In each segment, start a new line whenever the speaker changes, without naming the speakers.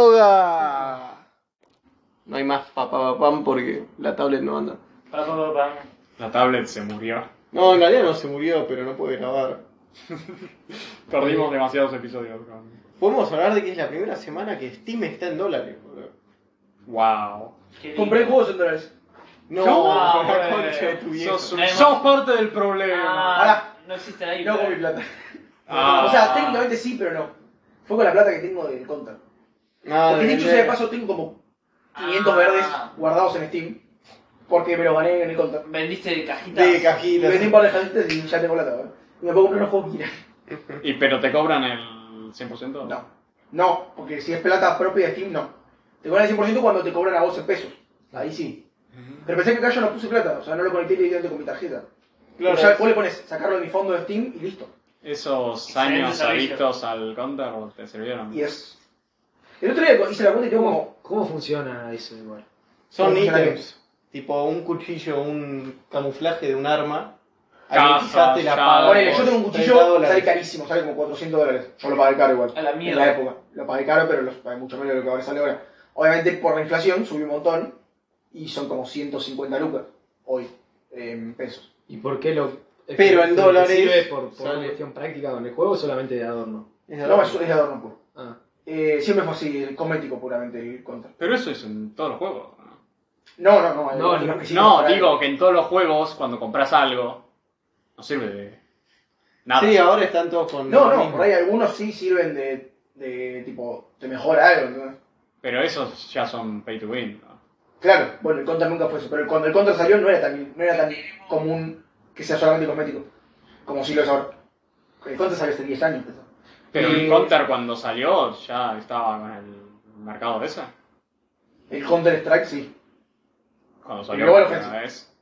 prórroga. No hay más papapapam porque la tablet no anda.
Pa, pa, pa, pa.
La tablet se murió.
No, en realidad no se murió, pero no puede grabar.
Perdimos demasiados episodios.
Podemos hablar de que es la primera semana que Steam está en dólares, boludo.
Wow.
Qué lindo.
Compré juegos en dólares. Ah,
No,
¿Cómo?
la concha
eh,
de tu viejo.
Sos, un-
Además-
sos parte del problema.
Ah, no existe la
Y
IVA.
no con mi plata.
Ah.
O sea, técnicamente sí, pero no. Fue con la plata que tengo en contra.
Nada
Porque
Ah, de
dicho sea de
vender.
paso, tengo como 500
Ah.
verdes guardados en Steam. Porque me los gané en el contra.
Vendiste de cajitas.
De
Y
cajitas.
vendí un par de jaditas y ya tengo plata, ¿verdad? Y me puedo comprar unos juegos que quiera.
¿Y pero te cobran el 100%?
No. No, porque si es plata propia de Steam, no. Te cobran el 100% cuando te cobran a vos en pesos. Ahí sí. Pero pensé que acá yo no puse plata, o sea, no lo conecté directamente con mi tarjeta.
Claro.
O sea, vos le pones sacarlo de mi fondo de Steam y listo.
Esos
Excelente
años
servicio.
adictos al counter te sirvieron.
Y es. El otro día hice la cuenta y tengo como
¿Cómo, cómo funciona eso igual?
Son
¿Cómo funciona
ítems. Tipo un cuchillo, un camuflaje de un arma.
Cajas,
Monetizaste la
llaves.
paga.
Ponele, yo tengo un
30
cuchillo,
Ah, dólares.
sale carísimo, sale como 400 dólares. Yo lo pagué caro igual.
A la
En la
mierda.
época. Lo pagué caro, pero lo pagué mucho menos de lo que ahora sale ahora. Obviamente por la inflación subió un montón y son como 150 lucas hoy en pesos.
¿Y por qué lo.? es
Pero
que-
en
que te
dólares
sirve por, por
sale-
una cuestión práctica con el juego o solamente de adorno?
Es de
No,
la-
es, es de adorno puro.
Ah,
Eh, siempre fue así, el cosmético puramente el contra.
Pero eso es en todos los juegos. ¿no?
No, no, no.
No,
el-
no,
que sí,
no,
para-
digo que en todos los juegos, cuando compras algo, no sirve de nada.
Sí, ahora están todos con.
No,
lo
no,
mismo.
por ahí algunos sí sirven de, de tipo, te mejora algo. ¿no?
Pero esos ya son pay to win. ¿no?
Claro, bueno, el contra nunca fue eso, pero cuando el contra salió no era tan, no era tan común que sea solamente cosmético, como si lo es ahora. El contra salió hace 10 años. ¿no?
Pero el
Y-
counter cuando salió ya estaba con el mercado ese.
El Counter Strike sí.
Cuando
El
salió
Global
la primera
Offensive.
vez.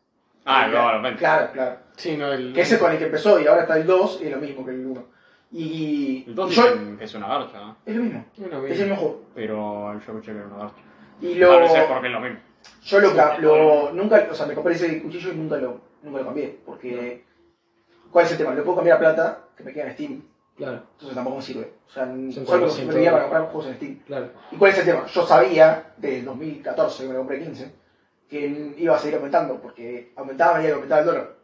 Ah, el Global Offensive.
Claro, claro.
Sí, no, el.
Que ese con el que empezó y ahora está el 2 y es lo mismo que el 1. Y.
El 2
y yo-
dicen que es una garcha, ¿no?
Es lo mismo.
Bueno,
Es el
bien.
mismo juego.
pero yo escuché que era una garcha.
Y
Tal
lo.
vez es porque es lo mismo.
Yo lo,
Sí,
cap-
es
lo- nunca, o sea, me compré ese cuchillo y nunca lo, nunca lo cambié. Porque. ¿Cuál es el tema? Lo puedo cambiar a plata, que me queda en Steam.
claro,
Entonces tampoco me sirve. O sea,
Son
solo me
400
servía para comprar juegos en Steam.
claro.
¿Y cuál es el tema? Yo sabía, desde el 2014, que me lo compré 15, que iba a seguir aumentando, porque aumentaba a medida que aumentaba el dólar.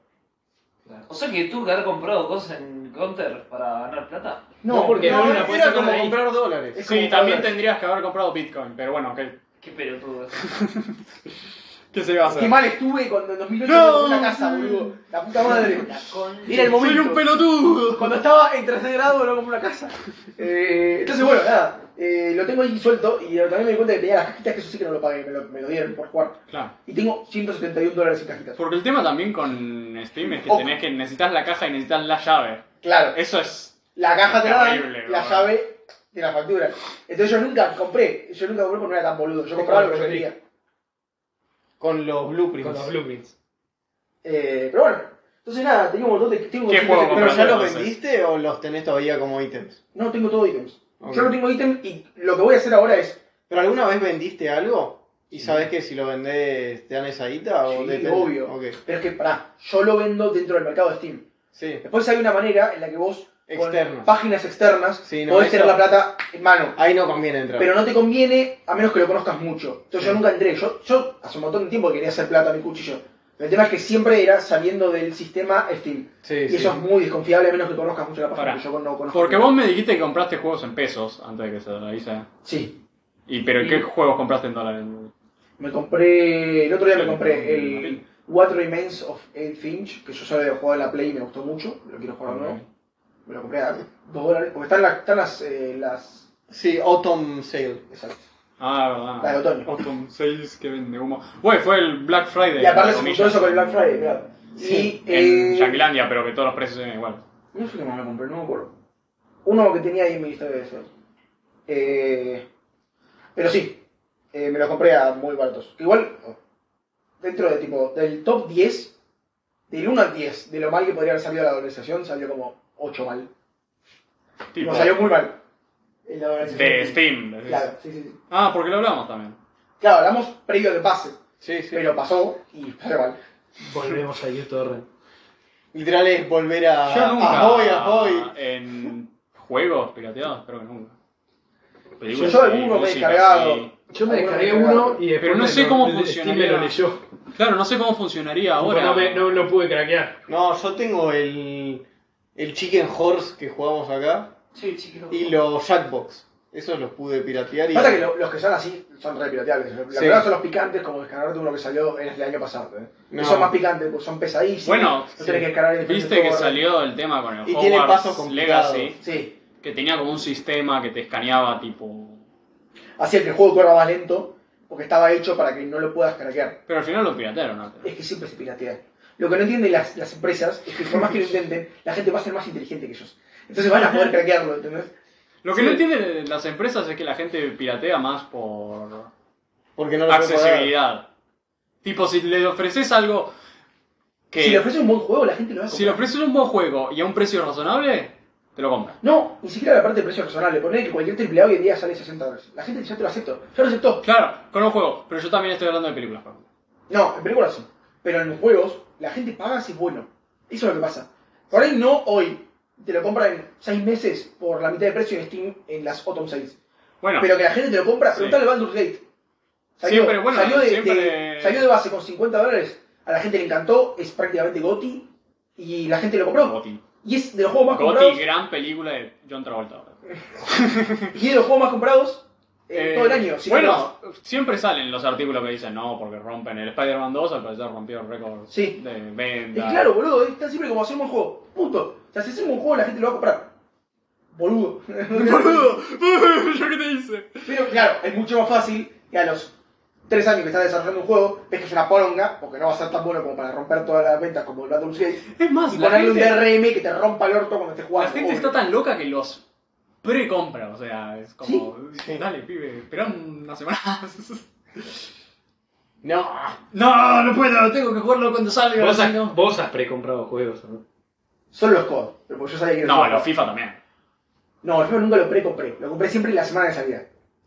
O sea que tuvo que haber comprado cosas en Counter para ganar plata.
No, porque
No,
no,
no,
la puedes
era
sacar
como
de ahí.
comprar dólares.
Es
Sí,
como
también
dólares.
tendrías que haber comprado Bitcoin, pero bueno, ¿qué,
Qué pelotudo.
qué se iba a hacer?
Qué mal estuve cuando en 2008
No.
me compré una casa, boludo. La puta madre.
La con...
Era el
¡Soy
momento.
un pelotudo!
Cuando estaba en tercer grado no compré una casa. Eh, entonces, bueno, nada. eh, lo tengo ahí suelto y también me di cuenta que tenía las cajitas, que eso sí que no lo pagué, me lo, me lo dieron por jugar.
Claro.
Y tengo 171 dólares en cajitas.
Porque el tema también con Steam es que
Ok.
tenés que necesitas la caja y necesitas la llave.
Claro.
Eso es.
La caja te la dan,
Terrible,
la
boludo.
llave de la factura. Entonces yo nunca compré, yo nunca compré porque no era tan boludo, yo compraba lo que yo quería.
Con los
Con los
blueprints.
blueprints.
Eh, pero bueno, entonces nada, tengo un montón de... Tengo un
¿Qué
montón de-
juego
¿Pero
pero
compraste?
ya
ya
no-
los
entonces.
vendiste o los tenés todavía como ítems?
No, tengo todo ítems.
Ok.
Yo no tengo ítem y lo que voy a hacer ahora es...
¿Pero alguna vez vendiste algo? ¿Y sabes que si lo vendés te dan esa guita? O
Sí,
depende?
obvio.
Ok.
Pero es que, pará, yo lo vendo dentro del mercado de Steam.
Sí.
Después hay una manera en la que vos,
Externo.
con páginas externas,
Sí, no,
podés
eso-
tener la plata en mano.
Ahí no conviene entrar.
Pero no te conviene a menos que lo conozcas mucho. Entonces yo
Sí.
nunca entré. Yo, yo hace un montón de tiempo que quería hacer plata a mi cuchillo. Pero el tema es que siempre era saliendo del sistema Steam.
sí,
Y
sí.
eso es muy desconfiable a menos que conozcas mucho la página
Pará.
que yo no conozco.
Porque vos me dijiste que compraste juegos en pesos antes de que se lo hice.
Sí.
¿Y pero qué juegos compraste en dólares?
Me compré. El otro día me compré el What Remains of Ed Finch, que yo ya lo había jugado en la Play y me gustó mucho. Lo quiero jugar de nuevo. Me lo compré a 2 dólares. Porque están las. Están las, eh, las-
Sí, Autumn Sale.
exacto.
Ah,
La de
verdad.
otoño.
Autumn 6 que vende humo. Güey, fue el Black Friday.
Y aparte
entre
se juntó
comillas.
eso con el Black Friday, claro.
Sí,
y,
En
eh,
Yanquilandia, pero que todos los precios eran igual.
No sé qué más me compré, no me acuerdo. Uno que tenía ahí en mi historia de deseos. Eh, pero sí, eh, me los compré a muy baratos. Igual, dentro de tipo, del top 10, del 1 al 10, de lo mal que podría haber salido la dolarización, salió como 8 mal.
Tipo,
No, salió muy mal. Eh, La
de
dolarización.
Steam. decís.
Claro, sí, sí, sí.
Ah, porque lo hablamos también.
Claro, hablamos previo de pase,
Sí, sí.
pero pasó y salió mal.
Volvemos a YouTube.
Literal es volver a. ah,
Yo nunca.
A hoy, a hoy.
En juegos pirateados, creo que nunca. películas.
Yo
y
alguno me he
música,
cargado.
sí.
Yo me
Alguno
descargué
me
uno
cagaron.
y después
Pero no
me
sé
lo-
cómo
Steam me
funcionaría.
lo leyó.
Claro, no sé cómo funcionaría ahora.
No, me, no lo pude craquear.
No, yo tengo el, el Chicken Horse que jugamos acá
Sí, chiquito.
y los Jackbox. Esos los pude piratear y.
Pasa que lo- los que son así son re pirateables. La
Sí.
verdad son los picantes como descargarte uno que salió en el año pasado. ¿eh?
No.
Y son más picantes, porque son pesadísimos.
Bueno,
no tenés que descargar el
Viste que
todo.
salió el tema con el
Y tiene pasos
Hogwarts
complicados.
Legacy,
Sí.
que tenía como un sistema que te escaneaba tipo...
Hacía que el juego corra más lento, porque estaba hecho para que no lo puedas craquear.
Pero al final lo piratearon, ¿no?
Es que siempre se piratea. Lo que no entienden las, las empresas es que por más que lo intenten, la gente va a ser más inteligente que ellos. Entonces van a poder craquearlo, ¿entendés?
Lo que no entienden las empresas es que la gente piratea más por
Porque no lo puedo pagar.
accesibilidad. Tipo, si le ofreces algo que...
Si le ofreces un buen juego, la gente lo va a
si le
comprar.
ofreces un buen juego y a un precio razonable, te lo compran.
No, ni siquiera la parte de precio razonable. Poner que cualquier AAA hoy en día sale 60 dólares. La gente dice, yo te lo acepto. Yo lo acepto.
Claro, con un juego, pero yo también estoy hablando de películas. por ejemplo.
No, en películas sí. Pero en los juegos, la gente paga si es bueno. Eso es lo que pasa. Por ahí no hoy. Te lo compran en 6 meses por la mitad de precio en Steam en las Autumn Sales.
Bueno,
Pero que la gente te lo compra,
Sí.
preguntale a Baldur's Gate.
Siempre, bueno,
salió de,
siempre-
de- salió de base con 50 dólares, a la gente le encantó, es prácticamente Goti, y la gente lo compró.
Gotti.
Y es de los juegos más
Gotti,
comprados,
gran película de John Travolta.
y es de los juegos más comprados en
Eh,
Eh, todo el año. sin
bueno, siempre salen los artículos que dicen no, porque rompen el Spider-Man 2, al parecer rompió el récord
Sí.
de
problemas.
venta.
Es claro, boludo, es tan simple como hacer un buen juego. Punto. O sea, si hacemos un juego, la gente lo va a comprar. Boludo.
Boludo, ¿yo qué te hice?
Pero claro, es mucho más fácil que a los 3 años que estás desarrollando un juego, ves que es una poronga, porque no va a ser tan bueno como para romper todas las ventas como el Baldur's Gate.
Es más,
Y
la
ponerle un
gente,
DRM que te rompa el orto cuando estés
la
jugando.
gente
obvio.
está tan loca que los precompra, o sea, es como, dale, pibe, espera una semana.
No,
no, no puedo, tengo que jugarlo cuando salga.
Vos
así,
has,
no,
vos has precomprado juegos, ¿no?
Son los COD. Pero porque yo sabía que
no
eran
los
COD.
FIFA también.
No, el FIFA nunca lo precompré. Lo compré siempre la semana de salida.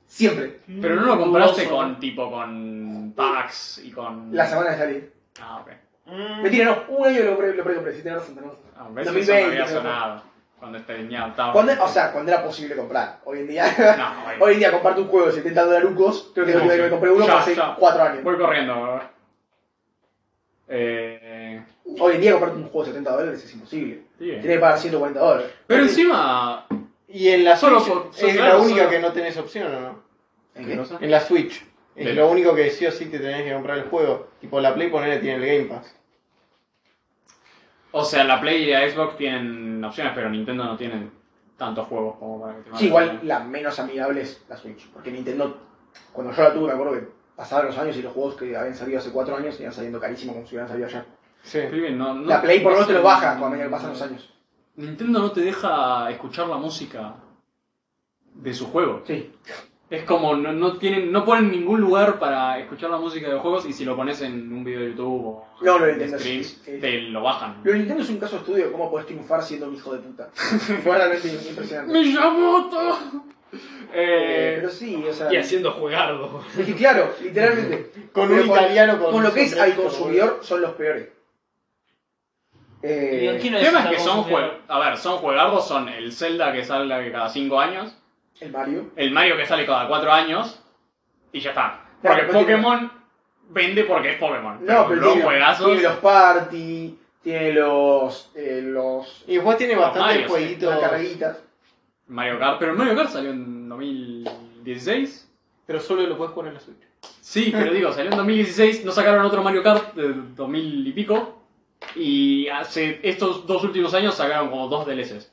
Siempre.
Pero no lo compraste
Dudoso.
con, tipo, con packs y con...
La semana de salida.
Ah, ok.
Mm.
Mentira, no. Un año lo pre- lo precompré. Si tenés razón, tenés razón.
A Ah, veces
2020,
eso me había
creo.
sonado cuando este estaba.
Cuando- o sea, cuando era posible comprar. Hoy en día.
No, bueno.
Hoy en día comparte un juego de 70 dolarucos. Creo que
Sí,
la última vez
sí.
que me compré uno
Ya,
fue hace
ya.
4 años.
Voy corriendo. Eh,
Hoy en día comprar un juego de 70 dólares es imposible.
bien.
Tienes que pagar 140 dólares.
Pero encima.
Y en la
Solo
Switch
por-
es
claro,
la única
solo-
que no tenés opción, ¿o no?
¿En qué?
En la Switch. Es
Bien.
lo único que sí o sí te tenés que comprar el juego. Tipo la Play ponele tiene el Game Pass.
O sea, la Play y la Xbox tienen opciones, pero Nintendo no tienen tantos juegos como para que te
Sí, igual la menos amigable es la Switch. Porque Nintendo, cuando yo la tuve, me acuerdo que pasaban los años y los juegos que habían salido hace 4 años iban saliendo carísimos como si hubieran salido ayer.
Sí.
Escriben, No, no-
la Play por lo menos te lo
no-
baja cuando medida que pasan los años.
Nintendo no te deja escuchar la música de su juego.
Sí.
Es como, no, no tienen, no ponen ningún lugar para escuchar la música de los juegos y si lo pones en un video de YouTube o
No, no,
en
Nintendo
streams,
sí.
te lo bajan.
Pero Nintendo es un caso de estudio de cómo podés triunfar siendo un hijo de puta. Fue realmente
Eh,
impresionante.
Miyamoto.
Eh,
Eh,
pero sí, o sea.
Y haciendo juegardo.
es que claro, literalmente.
Con
Pero
un italiano con,
Con lo que es al
sombrerito,
consumidor son los peores.
¿Y a
Eh,
quién
el
es
tema es
la
que son
consumidora?
juegos. A ver, son juegazos, son el Zelda que sale cada 5 años,
el Mario.
el Mario que sale cada 4 años, y ya está.
Claro,
Porque
pero tiene-
Pokémon vende porque es Pokémon.
No, pero
los
tiene,
juegazos.
tiene los party, tiene los. eh, los. eh,
boludo. Y después tiene
Los
bastante
Marios,
jueguitos.
las carguitas.
Mario Kart, pero el Mario Kart salió en 2016.
Pero solo lo puedes jugar en la Switch.
Sí, pero digo, salió en 2016, no sacaron otro Mario Kart de 2000 y pico. Y hace estos dos últimos años sacaron como dos DLCs.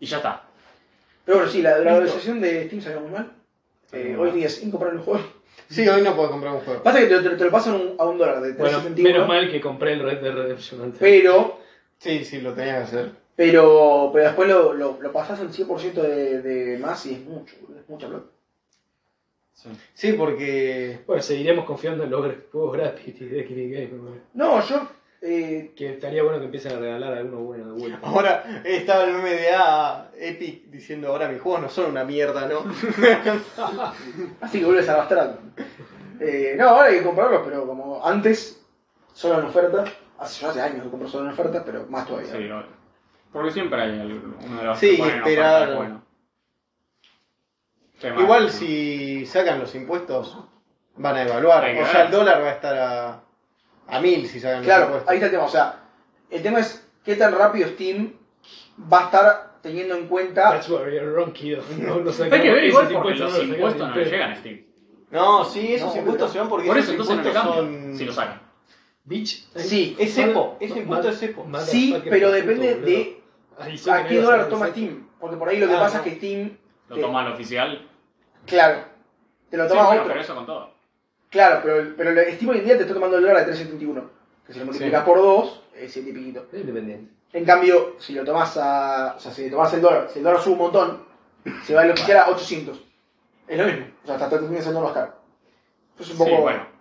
Y ya está.
Pero bueno, sí, la, la
Listo.
valorización de Steam salió muy mal. Eh,
Salió
hoy
mal.
día es incomparable el juego.
Sí, hoy no puedes comprar un juego.
Pasa que te, te- te lo pasan un- a un dólar de
Bueno,
3.71.
menos mal que compré el Red de Redemption antes.
pero,
Sí, sí, lo tenías que hacer.
pero, pero después lo, lo, lo pasas al 100% de, de más y es mucho, es mucha plata.
Sí, porque.
Bueno, seguiremos confiando en los juegos gratis de Kini Game. ¿no?
No, yo. eh,
Que estaría bueno que empiecen a regalar alguno bueno de vuelta.
Ahora estaba el meme de ah, Epic diciendo ahora mis juegos no son una mierda, ¿no?
así que vuelves a arrastrar. Eh, no, ahora hay que comprarlos, pero como antes, solo en oferta. Hace, yo hace años que compro solo en oferta, pero más todavía.
Sí, lo- porque siempre hay el- uno de los
Sí,
ponen
esperar.
ofertas, bueno. Qué mal.
Igual si sacan los impuestos, van a evaluar.
Hay que
O sea,
ver.
el dólar va a estar a, a mil si sacan los
Claro,
impuestos.
ahí está el tema. O sea, el tema es qué tan rápido Steam va a estar teniendo en cuenta.
That's what we are wrong, kid. No, no
Hay que ver
ese
igual
impuesto,
porque los
no lo sacaron
impuestos no
ni
le
en pedo.
llegan a Steam.
No, sí, esos
No,
impuestos
boludo.
se van porque
Por eso
esos
entonces no le
impuestos
cambian
son...
si lo sacan.
Bitch.
Sí,
es cepo, ese impuesto es cepo.
Sí, pero depende de a qué dólar toma Steam. Porque por ahí lo que
Ah,
pasa
no.
es que Steam,
Lo
Sí.
toma el oficial.
claro, te lo
Sí,
toma
bueno,
otro.
pero eso con todo.
Claro, pero, el- pero el Steam hoy en día te está tomando el dólar a 3.71. Que si lo multiplicas por 2, es 7 y piquito.
Es independiente.
En cambio, si lo tomas a. O sea, si tomás el dólar, si el dólar sube un montón, se va a lo oficial a 800. Es lo mismo. O sea, hasta te termina siendo más caro. Eso es un poco.
Sí, bueno.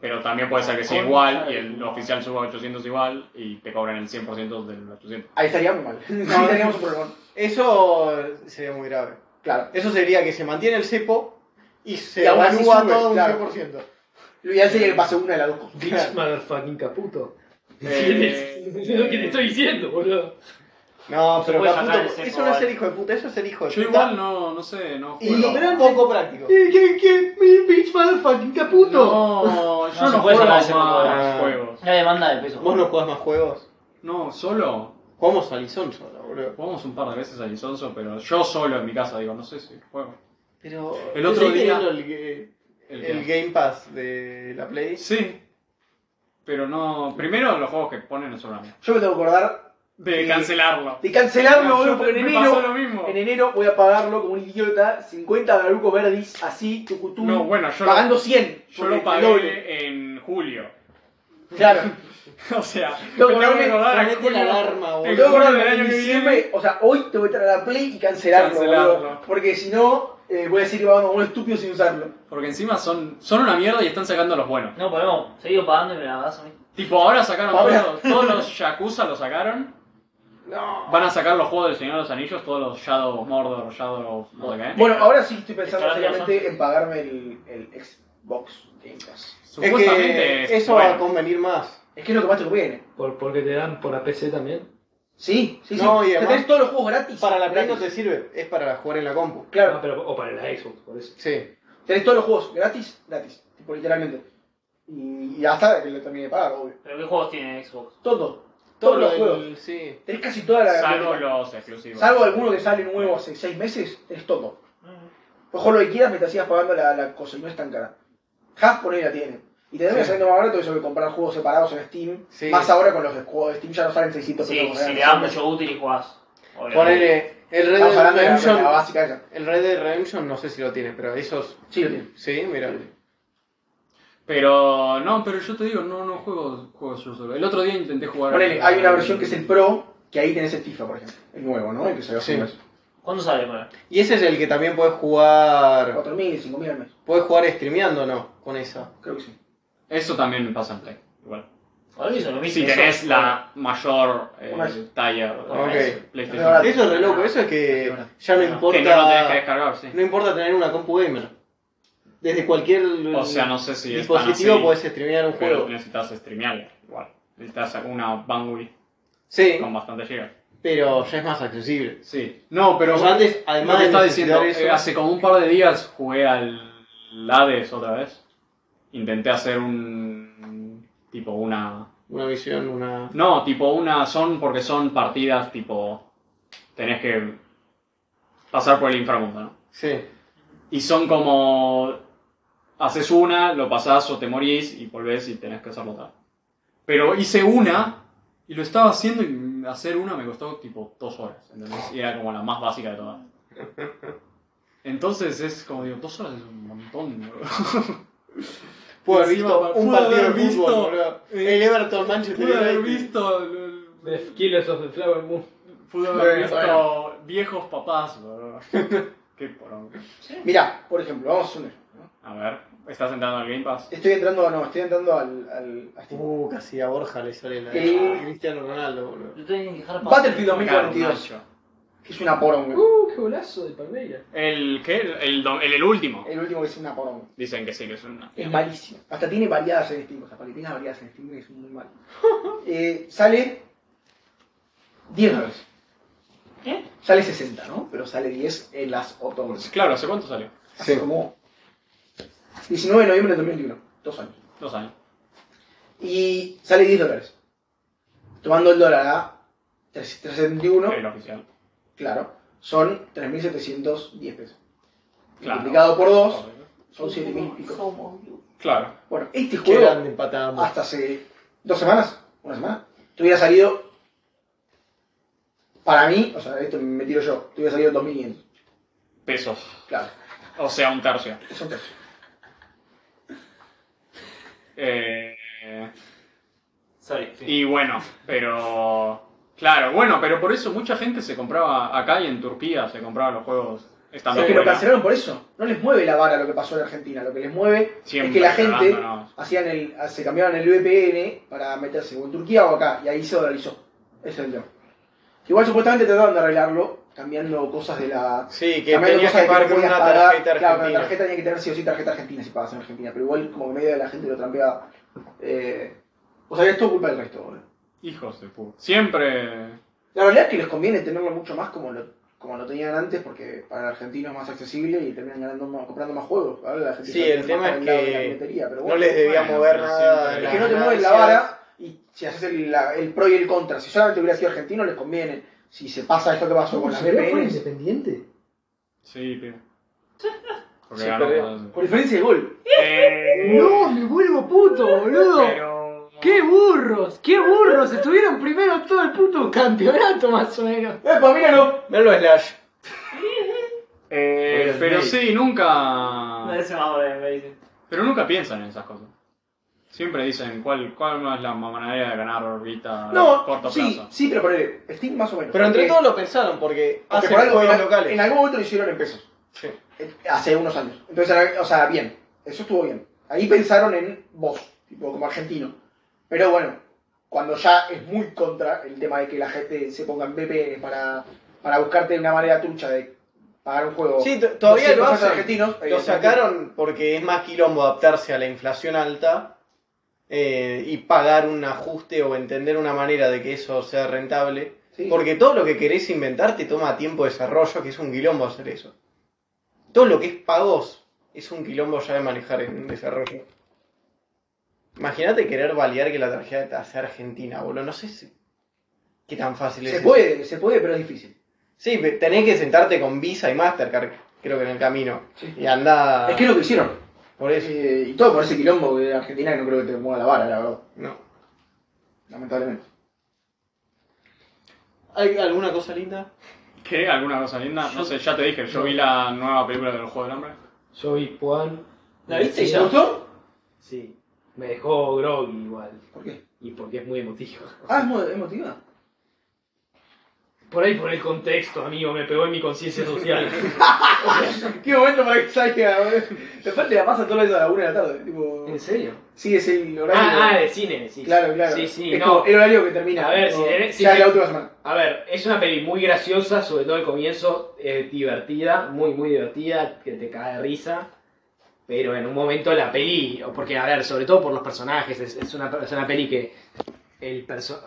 Pero también puede ser que sea igual y el oficial suba a 800 igual y te cobran el 100% del 800.
Ahí estaría muy mal. Ahí estaríamos un problema.
Eso sería muy grave.
Claro.
Eso sería que se mantiene el cepo y se
Y aún así
evalúa
sube,
todo un
claro.
100%.
Lo ideal sería que pase una de las dos cosas.
Bitch, motherfucking caputo.
Eh,
Es lo que te estoy diciendo, boludo.
No,
Se
pero
puede
caputo,
sacar el cepo,
eso no es ser
vale.
hijo de puta, eso es ser hijo de
Yo
puta.
igual no, no sé, no
Y
juego.
pero es poco práctico.
¿Qué, qué, qué? Mi Bitch, motherfucking caputo.
No,
No
yo no,
se puede
juego
sacar
más
ese modo
de-
juegos.
La demanda de peso.
¿Vos no jugás más juegos?
No, solo.
Jugamos a Lison solo, boludo.
Jugamos un par de veces a Lisonso, pero yo solo en mi casa, digo, no sé si juego.
Pero
El otro
¿seguís
día-
teniendo el, eh,
El
el
que-
Game Pass de la Play.
Sí. Pero no. Primero los juegos que ponen son una
Yo me tengo que acordar
De
Sí.
cancelarlo.
de cancelarlo, boludo,
Yo-
porque en
me pasó
enero,
lo mismo.
en enero voy a pagarlo como un idiota 50 barucos verdis, así, tucutú,
No, bueno, yo lo,
pagando 100.
yo lo
porque el doble.
pagué en julio.
Claro.
O sea,
No,
me tengo
poneme-
que acordar en
Ponete la
julio.
alarma,
El
Me tengo
boludo.
que acordar
del
en
año que
diciembre,
viene.
o sea, hoy te voy a traer a la Play y cancelarlo,
Cancelarlo.
boludo, porque si no, eh, voy a seguir pagando como un estúpido sin usarlo.
Porque encima son, son una mierda y están sacando los buenos.
No, podemos. Seguido pagando y me la das a mí.
Tipo, ahora sacaron
Ahora-
todos, todos los Yakuza, lo sacaron.
No.
Van a sacar los juegos del Señor de los Anillos, todos los Shadow of Mordor, Shadow of no sé qué.
Bueno, ahora sí estoy pensando
Estarás
seriamente en pagarme el, el Xbox Game Pass.
Es
Supuestamente
que eso va a
bueno,
convenir más.
Es que es lo que más te conviene.
Por, porque te dan por la PC también.
Sí, sí,
No,
sí.
y
Te
además-
tenés todos los juegos gratis.
Para la Play
gratis.
no te sirve, es para jugar en la compu.
Ah,
Claro,
pero, o para la Xbox, por eso.
Sí.
tenés todos los juegos gratis, gratis. Tipo, literalmente. Y, y hasta que lo termine de pagar, obvio.
¿Pero qué juegos tiene Xbox?
Todo. Todos los
lo del-
juegos.
Sí.
Tenés casi toda la.
salvo los exclusivos.
Salvo alguno que sale nuevo hace seis meses, tenés todo. Ojo lo que quieras mientras sigas pagando la, la cosa y no es tan cara. Half por ahí la tiene. Y te debe
Sí.
saliendo más barato eso que comprar juegos separados en Steam.
Sí.
Más ahora con los juegos de Steam ya no salen 600
Sí,
pesos.
si
¿eh?
le das mucho útil y jugás. obviamente.
Ponele. El Red
Estamos
Dead
hablando de la, de la
Redemption.
básica esa.
El Red Dead Redemption no sé si lo tiene, pero esos.
Sí, lo tiene.
Sí, mira.
Pero no, pero yo te digo, no, no juego juegos yo solo. El otro día intenté jugar.
Ponele, hay una versión que es el Pro, que ahí tenés el FIFA, por ejemplo. eh, El nuevo, ¿no? El que salió hace
Sí.
un mes.
¿Cuándo sale, ponele?
Y ese es el que también puedes jugar.
4.000, 5.000 al mes.
Puedes jugar streameando, ¿no? Con esa.
Creo que sí.
Eso también me pasa en Play. Igual.
Ahora que son lo mismo.
Si tenés la mayor eh,
Bueno.
talla
Bueno,
de
ok.
PlayStation.
Eso es re loco, eso es que ya no
Que no
importa.
Que no lo tenés que descargar, sí.
No importa tener una compu gamer. Desde cualquier
O sea, no sé si es tan
dispositivo
así,
puedes streamear un
pero
juego.
necesitas streamear igual. Necesitas una bandwidth
Sí,
con bastante gigas.
pero ya es más accesible.
Sí. No, pero
O sea, Pues antes,
además
además
que
de
estaba
necesitar
diciendo, eh,
eso,
hace como un par de días jugué al Hades otra vez. Intenté hacer un tipo una
una misión, una.
No, tipo una son porque son partidas tipo tenés que pasar por el inframundo, ¿no?
Sí,
Y son como haces una, lo pasás o te morís y volvés y tenés que hacerlo otra. vez. Pero hice una y lo estaba haciendo y hacer una me costó tipo dos horas, ¿entendés? Y era como la más básica de todas. Entonces es como digo, dos horas es un montón, bro.
Pude haber
Encima,
visto un
pude
partido de
haber visto-
fútbol, boludo. El Everton Manchester
Pude haber
United.
visto, el- el-
The Killers of the Flower Moon.
pude haber
Bueno,
visto
bueno.
viejos papás, bro. Qué poronga.
Mirá, por ejemplo, vamos a hacer un ejemplo, ¿no?
A ver, ¿estás entrando al Game Pass?
Estoy entrando, no, estoy entrando al. al a Steam.
Uh, casi a Borja le sale la
Eh.
de Cristiano Ronaldo, boludo.
Yo tengo que dejar para.
Battlefield
Claro,
2042,
macho.
que es una poronga.
Uh, qué golazo de Palmeira.
¿El qué? El, do- el, el último.
El último que es una poronga.
Dicen que sí, que es una.
Es malísimo. Hasta tiene variadas en Steam, o sea, para que tengas variadas en Steam es muy mal. Eh, sale 10 dólares.
¿Eh?
Sale 60, ¿no? Pero sale 10 en las otras bolsas.
Claro, ¿hace cuánto salió?
Hace
Sí.
como 19 de noviembre de 2021. Dos años.
Dos años.
Y sale 10 dólares. Tomando el dólar a 3- 371,
El oficial.
claro, son 3.710 pesos.
Claro.
Multiplicado por 2, son 7.000 y pico.
Somos
Claro.
Bueno,
Qué
este juego,
grande empatamos.
hasta hace dos semanas, una semana, te hubiera salido, para mí, o sea, esto me tiro yo, te hubiera salido 2.500.
Pesos.
Claro,
O sea, un tercio.
es un tercio.
Eh,
Sorry. sí.
y bueno, pero... Claro, bueno, pero por eso mucha gente se compraba acá y en Turquía se compraba los juegos estando
Es que lo
fuera.
cancelaron por eso. No les mueve la vara lo que pasó en Argentina. Lo que les mueve
Siempre
es que la gente
cagándonos.
hacían el, se cambiaban el VPN para meterse o en Turquía o acá. Y ahí se dolarizó. Ese es el tema. Igual supuestamente trataban de arreglarlo cambiando cosas de la...
Sí, que
cambiando
tenías que
cosas de
pagar
no
con una
podías pagar.
tarjeta
Claro, con la
argentina.
tarjeta tenía que tener sí o sí tarjeta argentina si pagas en Argentina. Pero igual como que medio de la gente lo trampeaba. Eh, o sea, esto es culpa del resto, boludo.
Hijos de puta. Siempre...
La realidad es que les conviene tenerlo mucho más como lo, como lo tenían antes, porque para el argentino es más accesible y terminan ganando más- comprando más juegos. Ahora la gente
Sí,
está
el
más
tema es
por lado de la
que
billetera, pero
No
bueno,
les debía
Bueno,
mover
pero
nada.
siempre-
de
es que no te
las
mueven la
ganancias.
vara y si haces el, la- el pro y el contra. Si solamente hubiera sido argentino, les conviene. Si se pasa esto que pasó con las
¿Se creó fuera
VPNs,
independiente?
Sí, pero... Porque
Sí,
ganó
pero-
con eso.
por diferencia de gol.
Eh,
No, me vuelvo puto, boludo.
Pero...
¡Qué burros! ¡Qué burros! Estuvieron primero todo el puto campeonato, más o menos.
¡Epa, míralo!
Míralo a Slash.
Eh,
Porque
pero
es
sí,
No
nunca...
ese más breve, me dicen.
Pero nunca piensan en esas cosas. Siempre dicen cuál, cuál no es la manera de ganar vista a corto
No, sí,
plazo.
sí, pero ponele, Steam más o menos.
Pero entre
Porque-
todos lo pensaron porque
porque
hacen
por algo, en,
juegos
al-
locales.
en algún momento lo hicieron en pesos.
Sí.
Eh, hace unos años. Entonces, era- o sea, bien, eso estuvo bien. Ahí pensaron en vos, tipo como argentino. Pero bueno, cuando ya es muy contra el tema de que la gente se ponga en VPN para, para buscarte una manera trucha de pagar un juego.
Sí, t- todavía lo
200 pesos
hacen.
argentinos,
Lo
evidentemente.
sacaron porque es más quilombo adaptarse a la inflación alta eh, y pagar un ajuste o entender una manera de que eso sea rentable.
Sí.
Porque todo lo que querés inventar te toma tiempo de desarrollo, que es un quilombo hacer eso. Todo lo que es pagos es un quilombo ya de manejar en desarrollo. Imagínate querer validar que la tarjeta sea argentina, boludo. No sé si- qué tan fácil es.
se
eso.
puede, se puede, pero es difícil.
Sí, pe- tenés que sentarte con Visa y Mastercard, creo que en el camino. Y anda.
Es que es lo que hicieron.
Ah. Por eso.
Eh, y todo por ese quilombo de Argentina que no creo que te mueva la vara, la verdad.
No.
Lamentablemente.
¿Hay alguna cosa linda?
¿Qué? ¿Alguna cosa linda? No sé, ya te dije, yo vi la nueva película del Juego del Hambre.
Yo vi Juan.
¿La viste
Sí,
ya?
¿Te gustó?
Sí. Me dejó groggy igual.
¿Por qué?
Y porque es muy emotivo.
Ah, es mo- emotiva.
Por ahí por el contexto, amigo, me pegó en mi conciencia social.
Qué momento para que salga, boludo. Después te la pasan todo eso a la una de la tarde. Tipo...
¿En serio?
Sí, es el horario.
Ah, ah, de cine, sí.
claro, claro.
Sí, sí,
es
no.
como el horario que termina.
A ver,
tipo,
si tenés- si
ya es la
tenés-
última semana.
A ver, es una peli muy graciosa, sobre todo al comienzo, eh, divertida, muy, muy divertida, que te cae de risa. Pero en un momento la peli, o porque, a ver, sobre todo por los personajes, es, es una, es una peli que el, perso